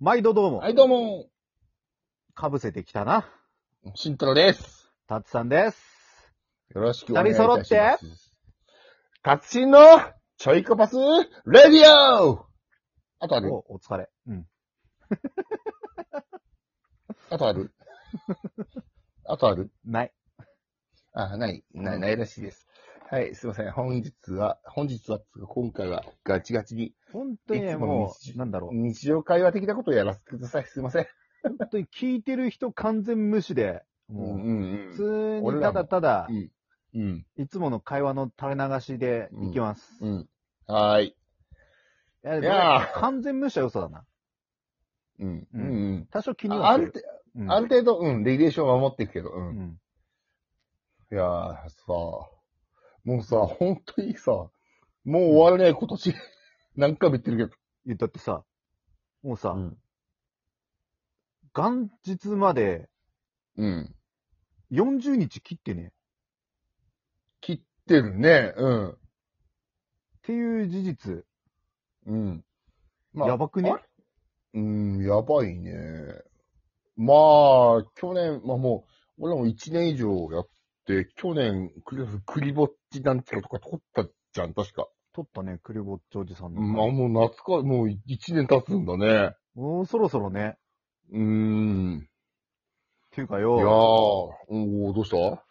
毎度どうも、はい、どうも、かぶせてきたな。慎太郎です。たつさんです。よろしくお願いいたしま二す。人揃って、達人のちょいこパスレディオあとあるお、お疲れ。うん。あとある あとあるない。あ、ない、ない、ないらしいです。はい、すいません。本日は、本日はっつうか、今回はガチガチに、本当にいね、つもも日う、なんだろう。日常会話的なことをやらせてください。すいません。本当に聞いてる人完全無視で、もう、うん普通俺にらたもだただう、ん。うん。いつもの会話の垂れ流しでいきます。いうん。はーい。や、いでもやー完全無視は嘘だな。うん。ううんん。うん多少気にあはあするる。て、うんある程度、うん、レギュレーションは守っていくけど、う。うんん。いやー、さあ、もうさ、本当にさ、もう終わらない今年、 何回も言ってるけいやだってさ、もうど。さ、ん。元日までうん。 40日切ってね、っ切ってるね、うん。ていう事実、うん。まあやばくねあれうん、やばいね。まあ、去年、まあもう、俺らも1年以上やって、去年、クリクリぼっちなんちゃらとか撮ったじゃん、確か。取ったね、クリボッチおじさんの。まあもう夏か、もう1年経つんだね。もうそろそろね、うーん。っていうかいやー、よ、おーどうしたも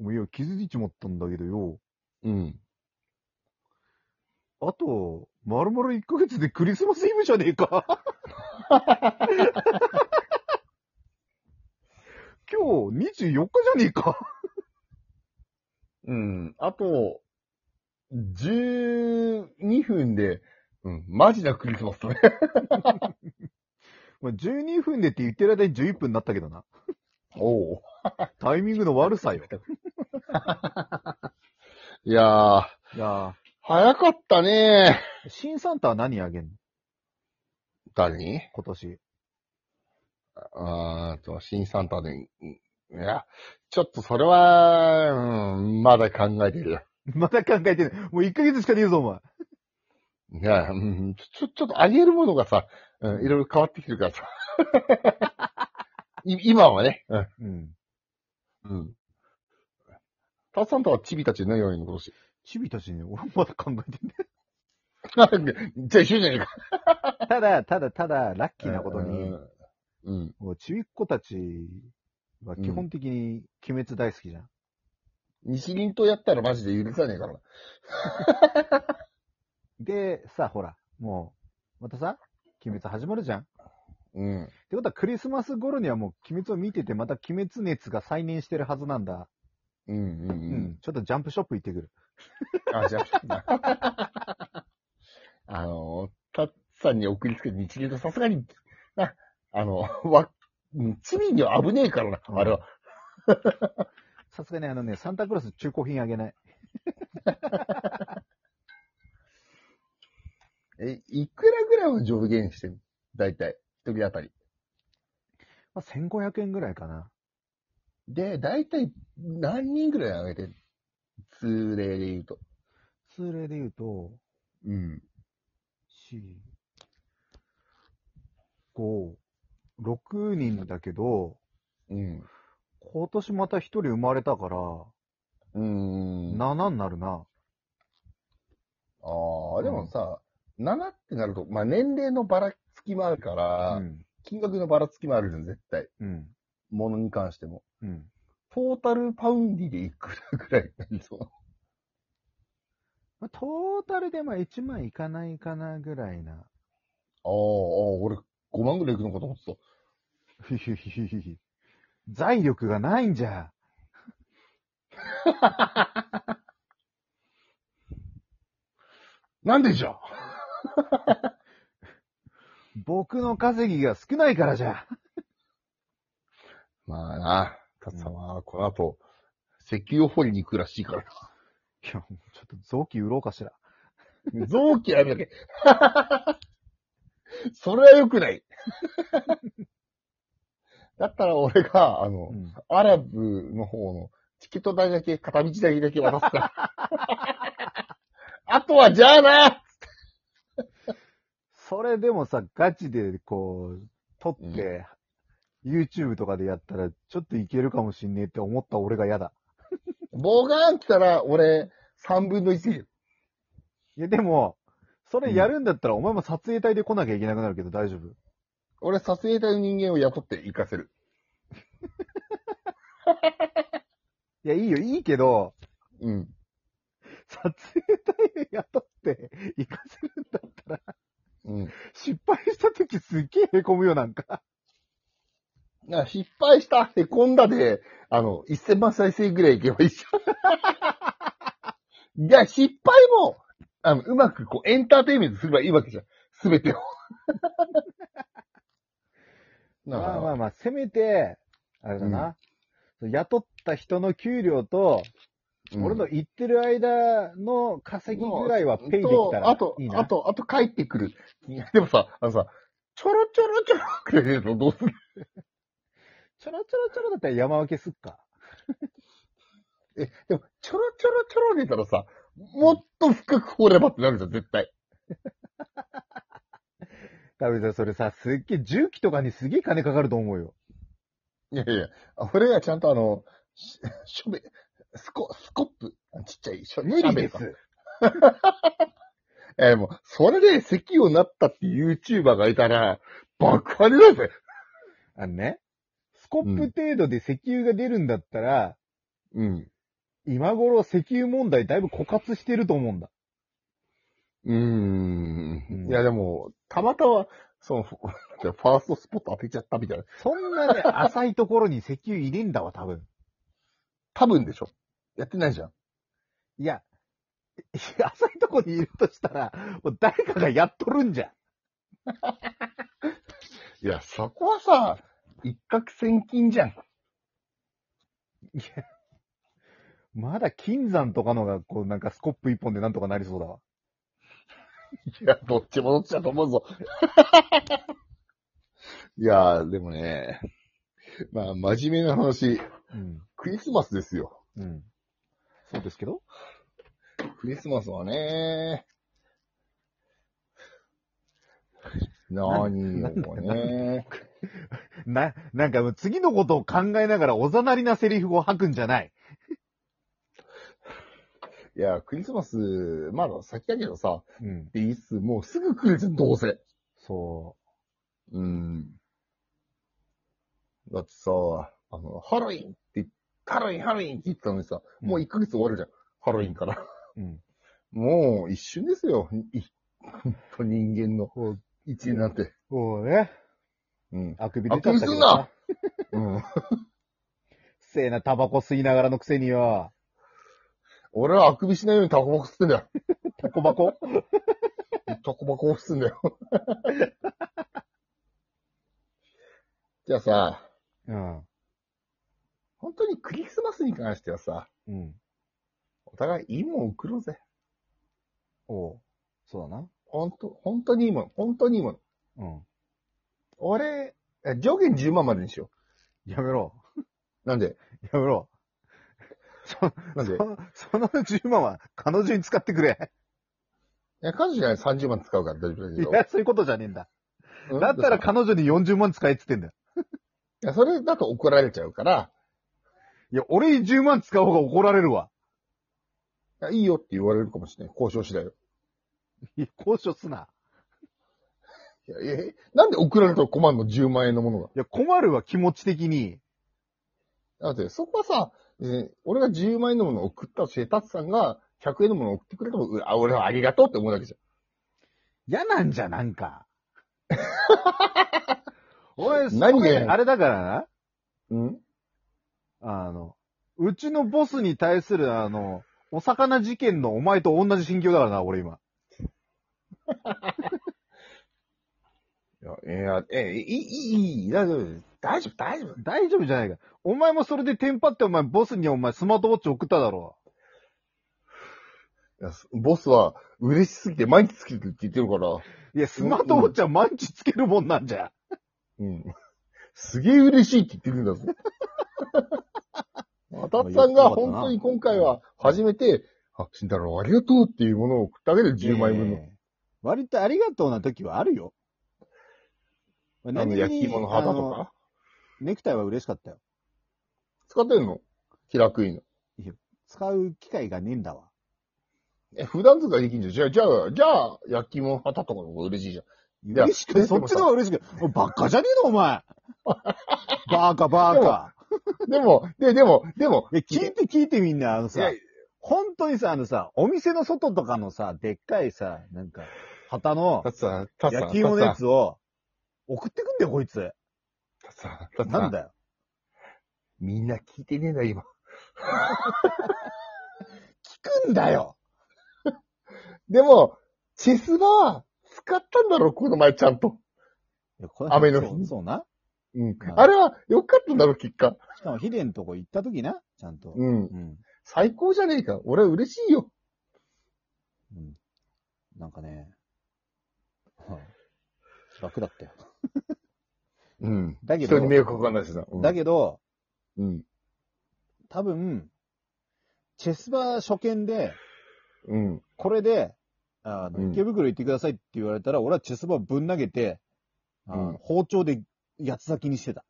ういや、気づいちまったんだけどよ、うん。あと、まるまる1ヶ月でクリスマスイブじゃねえ か。今日24日じゃねえか。うん。あと、12分で、うん、マジなクリスマスだね。まあ12分でって言ってる間に11分になったけどな。 おう。タイミングの悪さよ。いやー、いや早かったねー、新サンタは何あげんの誰に今年。あーと、新サンタで、うんいや、ちょっとそれは、うん、まだ考えてるよ。まだ考えてない。もう1ヶ月しかねえぞ、お前。いや、うん、ちょ、ちょっとあげるものがさ、うん、いろいろ変わってきてるから さ。い今はね、うん。うん。うん。タツさんとはチビたちのように今年。 チビたちね、俺もまだ考えてない。なんでじゃあ一緒じゃねえか。ただ、ただ、ただ、ラッキーなことに、うん。うん。もうちびっ子たちは基本的に鬼滅大好きじゃん。西林とやったらマジで許さねえからな。で、さ、ほら、もう、またさ、鬼滅始まるじゃん。っうん。てことは、クリスマス頃にはもう鬼滅を見てて、また鬼滅熱が再燃してるはずなんだ。うんうんう。。うんちょっとジャンプショップ行ってくる。あ、じゃあ。 あの、たっさんに送りつけて日林とさすがに、な、あの、わ、うんチビには危ねえからな、うんあれは。さすがにあのね、サンタクロース中古品あげない。え、いくらぐらいを上限してるだいたい。一人当たり。まあ、1500円ぐらいかな。で、だいたい何人ぐらいあげてる通例で言うと。通例で言うと、うん。 4、5、6人だけど、うん。今年また1人生まれたから、うん。 7になるな。ああ、でもさ、7ってなると、まあ、年齢のばらつきもあるから、うん。金額のばらつきもあるじゃん、絶対。うん。ものに関しても。うん。トータルパウンディでいくらぐらいになりそう。まあトータルでまあ1万いかないかなぐらいな。ああ、俺、5万ぐらいいくのかと思ってた。ふひひひひひ。 財力がないんじゃ。なんでじゃあ僕の稼ぎが少ないからじゃ。まあな、たつさんは、この後、石油を掘りに行くらし いから。いや、もうちょっと臓器売ろうかしら。臓器やめなきゃ。 それは良 くない。だったら俺が、あの、うん。アラブの方のチケット代だけ、片道代だけ渡すから。 あとはじゃあなそれでもさ、ガチでこう、撮って、YouTube とかでやったら、ちょっといけるかもしんねえって思った俺が嫌だ。棒が来たら、俺、3分の1。いや、でも、それやるんだったら、お前も撮影隊で来なきゃいけなくなるけど大丈夫。俺、撮影隊の人間を雇って行かせる。いや、いいよ、いいけど、うん。撮影隊で雇って行かせるんだったら、うん。失敗した時すっげえ凹むよ、なんか。な失敗した、へこんだで、あの、1000万再生ぐらいいけばいいじゃん。い や、失敗も、あの、うまくこう、エンターテインメントすればいいわけじゃん。すべてを。なまあまああ、まあ、せめて、あれだな。雇った人の給料と、うん俺の行ってる間の稼ぎぐらいはペイできたとらあといい、な。あと、あと帰ってくる。いやでもさ、あのさ、ちょろちょろちょろくれるのどうする ちょろちょろちょろだったら山分けすっか。え、でも、ちょろちょろちょろ出たらさ、もっと深く掘ればってなるじゃん、絶対。ダメだよ、それさ、すっげえ、重機とかにすげえ金かかると思うよ。いやいや、俺がちゃんとあの、ししょべ、スコ、スコップ、あちっちゃい、しょ、無理でシャベルか。す。えーもう、それで咳をなったって YouTuber がいたら、爆破でだぜ。あのね、スコップ程度で石油が出るんだったら、うん。今頃石油問題だいぶ枯渇してると思うんだ。ううんん。いや、でも、たまたま、その、フ ァーストスポット当てちゃったみたいな。そんなね、浅いところに石油入れんだわ、多分。多分でしょ。やってないじゃん。いや、いや浅いとこにいるとしたら、もう誰かがやっとるんじゃん。いや、そこはさ、一攫千金じゃん。まだ金山とかのが、こうなんかスコップ一本でなんとかなりそうだわ。いや、どっちもどっちだと思う ぞ。いや、でもね、まあ、真面目な話、うん。クリスマスですよ。うん。そうですけどクリスマスはね、な何をね、な、なんかもう次のことを考えながらおざなりなセリフを吐くんじゃない。いや、クリスマス、まだ先だけどさ、うん。いつもうすぐ来るじゃん、どうせ。そうん。だってさ、あの、ハロウィンって言っ、ハロウィン、ハロウィンって言ったのにさ、うんもう1ヶ月終わるじゃん。ハロウィンから。う。うん。もう一瞬ですよ。い本当人間のこう、一員なんて。こうね。うん。あくび出あちゃくっびたけすどんさな。うん。せえな、タバコ吸いながらのくせによ。俺はあくびしないようにタコバコ吸ってんだよ。タコバコタコバコを吸ってんだよ。じゃあさ、うん。本当にクリスマスに関してはさ、うん。お互いいいもん送ろうぜ。おう。そうだな。本当本当にいいもの。本当にいいもの。うん。俺、え上限10万までにしよやめろ。う。なんでやめろ。 そ、なんでいそその10万は彼女に使ってくれ。や、彼女じゃない30万使うから大丈夫だいけど。や、そういうことじゃねえんだ。うんだったら彼女に40万使えっつってんだよ。いや、それだと怒られちゃうから、いや、俺に10万使う方が怒られるわ。いやいいよって言われるかもしれない。交渉次第よ。いや、交渉すな。いや、え、なんで送られると困るの ?10 万円のものいや、困るわ、気持ち的に。が。だって、そこはさ、えー俺が10万円のものを送ったとして、タツさんが100円のものを送ってくれても、うあ、俺はありがとうって思うだけじ嫌なんじゃ、なん か。おい、何がそれ嫌なのあれだからゃん。うんな。あの、うちのボスに対する、あの、お魚事件のお前と同じ心境だからな、俺今。いや、いや、え、いい、いい、いい、大丈夫、大丈夫、大丈夫。大丈夫じゃないか。お前もそれでテンパってお前、ボスにお前スマートウォッチ送っただろいやボスは嬉しすぎて毎日つけてるって言ってるから、う。いや、スマートウォッチは毎日つけるもんなんじゃ。うん。 すげえ嬉しいって言ってるんだぞ。あたつさんが本当に今回は初めて、あ、慎太郎ありがとうっていうものを送っただけで10枚分の。ね割とありがとうな時はあるよ。ああの、焼き芋の旗とかネクタイは嬉しかったよ。使ってんの気楽いの。使う機会がねえんだわ。え、普段使いできんじゃん。じゃあ、じゃあ、じゃあ、焼き芋の旗とかの方が嬉しいじゃん。や嬉しくないそっちの方が嬉しくない。もうバカじゃねえの、お 前。バカバカ。でも、で、でも、でも、え、聞いて聞いてみんな、あのいさや、本当にさ、あのさ、お店の外とかのさ、でっかいさ、なんか、旗のたつさん、たつさん、焼きたつ芋のさやん、つを送ってくんだよ、こいつ。たつさん、たつさなんん、だよ。みんな聞いてねえな、今。聞くんだよでも、チェスバー、使ったんだろ、この前ちゃんと。いやこれ雨の日そうそうな。うんま。ああれは、良かったんだろ、結果。しかもヒデんとこ行った時な、ちゃんと。うん。うん。最高じゃねえか。俺は嬉しいよ。うん。なんかね、はい楽だったよ。うん。だけど人に迷惑かかんないしな。うんだけど、うん。多分、チェスバー初見で、うん。これで、あの、うん池袋行ってくださいって言われたら、俺はチェスバーぶん投げて、あのうん包丁で八つ咲きにしてた。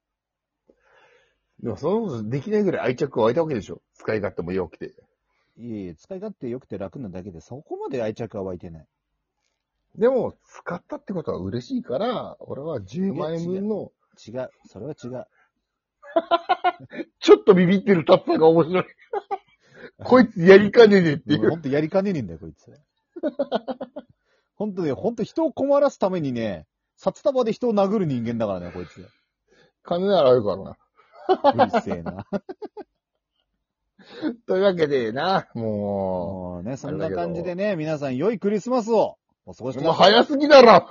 でも、そのことできないぐらい愛着湧いたわけでしょ。使い勝手も良くて。いえいえ、使い勝手良くて楽なだけで、そこまで愛着は湧いてない。でも、使ったってことは嬉しいから、俺は10万円分の、違う。それは違う。ちょっとビビってるタッパーが面白 い。こいつやりかねねえっていもうう。ほんとやりかねねえんだよ、こいつ。 ほんとね、ほんと人を困らすためにね、札束で人を殴る人間だからね、こいつ。金ならあるからな。うるせえ な。というわけでな、ももうね、そんな感じでね、皆さん良いクリスマスをお過ごしう、くもうださい。早すぎだろ